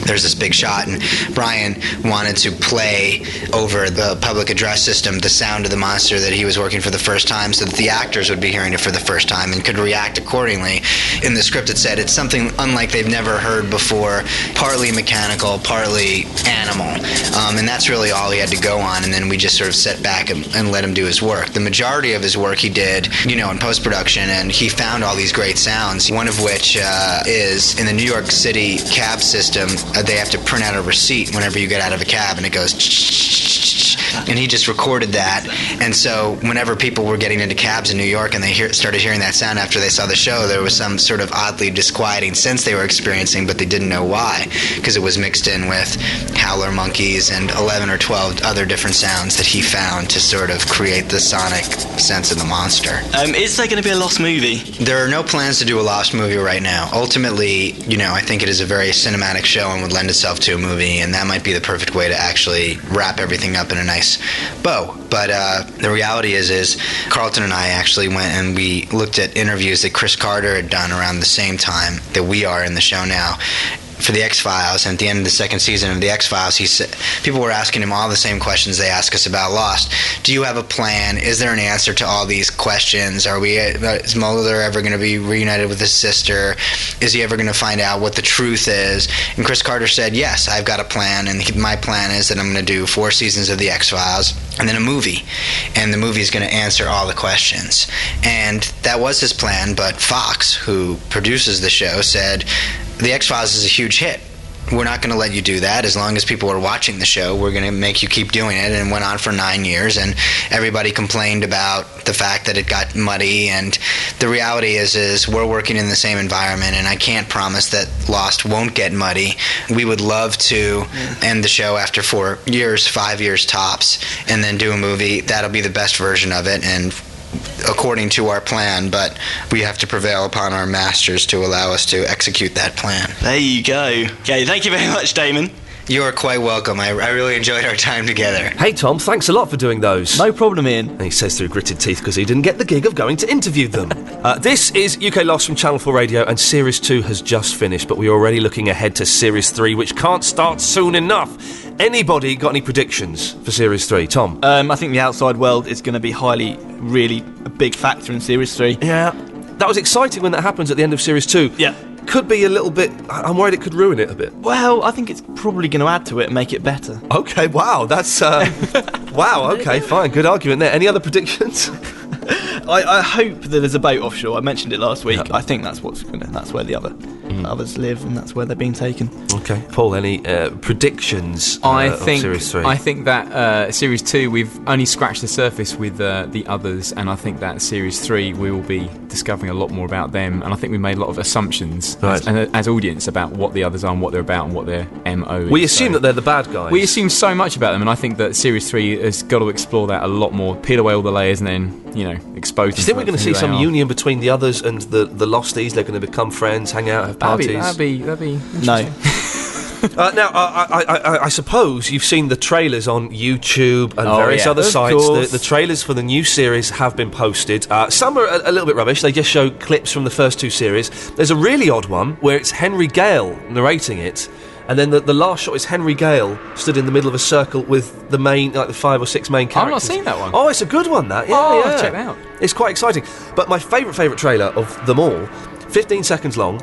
S4: there's this big shot and Brian wanted to play over the public address system the sound of the monster that he was working for the first time so that the actors would be hearing it for the first time and could react accordingly in the script it said it's something unlike they've never heard before partly mechanical partly animal um, and that's really all he had to go on and then we just sort of set back and, and let him do his work the majority of his work he did you know in post-production and he found all these great sounds one of which uh, is in the New York City cab system uh, they have to print out a receipt whenever you get out of a cab and it goes and he just recorded that and so whenever people were getting into cabs in New York and they hear, started hearing that sound after they saw the show there was some sort of oddly disquieting sense they were experiencing but they didn't know why because it was mixed in with howler monkeys and 11 or 12 other different sounds that he found to sort of create the sonic sense of the monster
S5: Um, is there going to be a lost movie?
S4: there are no plans to do a Lost movie right now. Ultimately, you know, I think it is a very cinematic show and would lend itself to a movie, and that might be the perfect way to actually wrap everything up in a nice bow. But uh, the reality is, is Carlton and I actually went and we looked at interviews that Chris Carter had done around the same time that we are in the show now, for the X Files, and at the end of the second season of the X Files, he said people were asking him all the same questions they ask us about Lost. Do you have a plan? Is there an answer to all these questions? Are we uh, is Mulder ever going to be reunited with his sister? Is he ever going to find out what the truth is? And Chris Carter said, "Yes, I've got a plan, and he- my plan is that I'm going to do four seasons of the X Files." And then a movie, and the movie is going to answer all the questions. And that was his plan, but Fox, who produces the show, said, the X Files is a huge hit. We're not going to let you do that. As long as people are watching the show, we're going to make you keep doing it. And it went on for nine years, and everybody complained about the fact that it got muddy. And the reality is, is we're working in the same environment, and I can't promise that Lost won't get muddy. We would love to end the show after four years, five years tops, and then do a movie. That'll be the best version of it, and according to our plan, but we have to prevail upon our masters to allow us to execute that plan.
S5: There you go. Okay, thank you very much, Damon.
S4: You are quite welcome. I, I really enjoyed our time together.
S8: Hey, Tom, thanks a lot for doing those. No problem, Ian. And he says through gritted teeth because he didn't get the gig of going to interview them. uh, this is UK Lost from Channel 4 Radio, and Series 2 has just finished, but we're already looking ahead to Series 3, which can't start soon enough. Anybody got any predictions for Series 3? Tom?
S12: Um, I think the outside world is going to be highly, really a big factor in Series 3.
S8: Yeah. That was exciting when that happens at the end of Series 2. Yeah. Could be a little bit. I- I'm worried it could ruin it a bit.
S12: Well, I think it's probably going to add to it and make it better.
S8: Okay, wow, that's. Uh, wow, okay, fine. Good argument there. Any other predictions?
S12: I, I hope that there's a boat offshore. I mentioned it last week. I think that's what's going to. That's where the other others live, and that's where they're being taken.
S8: Okay, Paul. Any uh, predictions?
S1: I
S8: uh,
S1: think
S8: of series three.
S1: I think that uh, series two we've only scratched the surface with uh, the others, and I think that series three we will be discovering a lot more about them. And I think we made a lot of assumptions
S8: Right.
S1: as, and, uh, as audience about what the others are and what they're about and what their mo is.
S8: we assume that they're the bad guys.
S1: We assume so much about them, and I think that series three has got to explore that a lot more, peel away all the layers, and then you know expose.
S8: Do you think we're going to see some union between the others and the the losties? They're going to become friends, hang out, have
S1: That'd
S8: parties.
S1: be, that'd be that'd be
S8: No. uh, now, I, I, I, I suppose you've seen the trailers on YouTube and
S1: Oh,
S8: various
S1: yeah.
S8: other
S1: Of
S8: sites. The,
S1: course.
S8: the trailers for the new series have been posted. Uh, some are a, a little bit rubbish. They just show clips from the first two series. There's a really odd one where it's Henry Gale narrating it. And then the, the last shot is Henry Gale stood in the middle of a circle with the main, like the five or six main characters.
S1: I've not seen that one.
S8: Oh, it's a good one, that. Yeah,
S1: Oh,
S8: yeah.
S1: check that out.
S8: It's quite exciting. But my favourite favourite trailer of them all, 15 seconds long,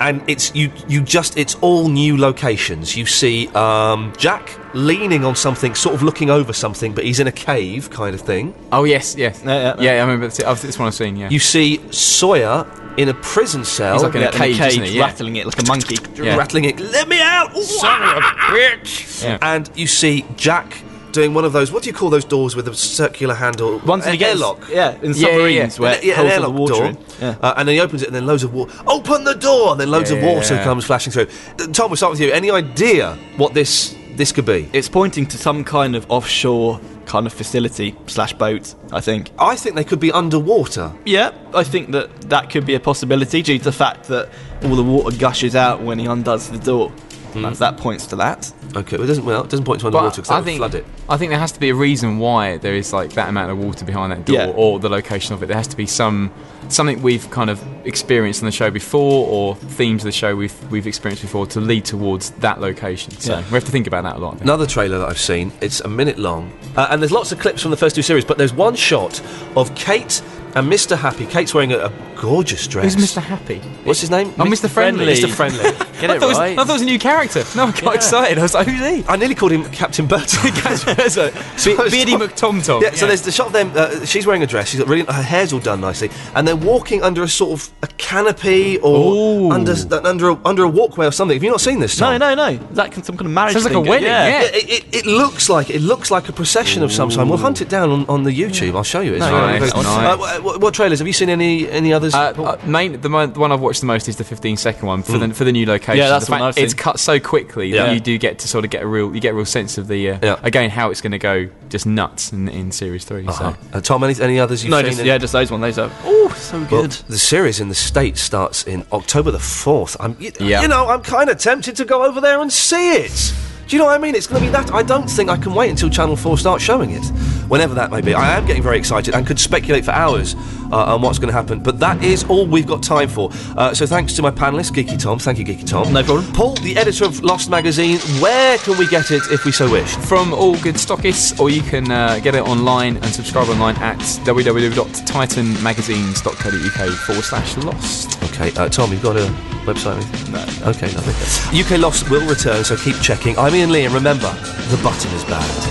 S8: and it's you you just it's all new locations. You see um, Jack leaning on something, sort of looking over something, but he's in a cave kind of thing.
S1: Oh yes, yes, yeah, I remember this, I've- this one I've seen. Yeah,
S8: You see Sawyer in a prison cell,
S1: He's like in a Yeah, in a cage, cage, isn't he? Yeah.
S5: rattling it like a monkey.
S1: Yeah.
S8: rattling it. Let me out, son of a bitch!
S1: Yeah.
S8: And you see Jack. Doing one of those, what do you call those doors with a circular handle?
S12: Ones
S8: An
S12: that you get-
S8: airlock.
S12: yeah, in submarines where
S8: An-
S12: it holds all the water
S8: door.
S12: in. Yeah.
S8: Uh, and then he opens it, and then loads of water. Open the door, and then loads of
S12: Yeah.
S8: water comes flashing through. Uh, Tom, we'll start with you. Any idea what this this could be?
S5: It's pointing to some kind of offshore kind of facility slash boat. I think.
S8: I think they could be underwater.
S5: Yeah, I think that that could be a possibility due to the fact that all the water gushes out when he undoes the door.
S1: Hmm.
S5: And that's- that points to that.
S8: Okay, well, it doesn't well, it doesn't point to underwater because that would flood it.
S1: I think there has to be a reason why there is like that amount of water behind that door
S5: Yeah.
S1: or the location of it. There has to be some something we've kind of experienced on the show before or themes of the show we've we've experienced before to lead towards that location. So
S8: Yeah.
S1: we have to think about that a lot. I think.
S8: Another trailer that I've seen. It's a minute long, uh, and there's lots of clips from the first two series. But there's one shot of Kate and Mr. Happy. Kate's wearing a, a gorgeous dress.
S1: Who's Mr. Happy?
S8: What's his name?
S1: Oh, Mr. Friendly.
S8: Mr. Friendly.
S1: I thought, it was, I thought it was a new character. No, I got
S8: Yeah.
S1: excited. I was like, who's he?
S8: I nearly called him Captain Burton.
S1: so, Beardy McTomtom.
S8: Yeah, so there's the shot of them. Uh, she's wearing a dress. She's got really her hair's all done nicely, and they're walking under a sort of a canopy or under s- under a, under a walkway or something. Have you not seen this?
S5: No, no,
S8: Tom?
S5: no. Is that some kind of marriage?
S8: Sounds like
S5: thing?
S8: a wedding,
S5: Yeah.
S8: yeah. it, it, it looks like it looks like a procession of some kind. We'll hunt it down on, on the YouTube. I'll show you. It's
S1: Nice,
S8: very- very-
S1: nice.
S8: Uh, wh- wh- what, trailers have you seen? Any any others?
S1: Uh, uh, main, the, mo- the one I've watched the most is the 15 second one
S5: Hmm.
S1: for, the, for the new location.
S8: Yeah, that's
S1: the
S8: the one
S1: fact
S8: I've
S1: It's
S8: seen.
S1: cut so quickly
S8: Yeah.
S1: that you do get to sort of get a real, you get a real sense of the uh, again how it's going to go, just nuts in, in series 3
S8: Uh-huh.
S1: So.
S8: Uh, Tom, any, any others you've
S1: No,
S8: seen?
S1: just- yeah,
S5: just those ones. Those are oh, so
S8: Well,
S5: good.
S8: the series in the States starts in October the 4th. I'm, y-
S1: Yeah.
S8: You know, I'm kind of tempted to go over there and see it. Do you know what I mean? It's going to be that. I don't think I can wait until Channel 4 starts showing it. Whenever that may be. I am getting very excited and could speculate for hours uh, on what's going to happen. But that is all we've got time for. Uh, so thanks to my panellists, Geeky Tom. Thank you, Geeky Tom. No problem. Paul, the editor of Lost Magazine. Where can we get it if we so wish?
S1: From all good stockists, or you can uh, get it online and subscribe online at www.titanmagazines.co.uk forward slash lost.
S8: Okay, uh, Tom, you've got a website? With no. Okay, lovely. UK Lost will return, so keep checking. I'm Ian Lee, and remember, the button is banned.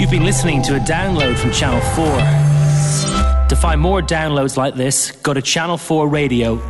S7: You've been listening to a download from Channel 4. To find more downloads like this, go to channel4radio.com.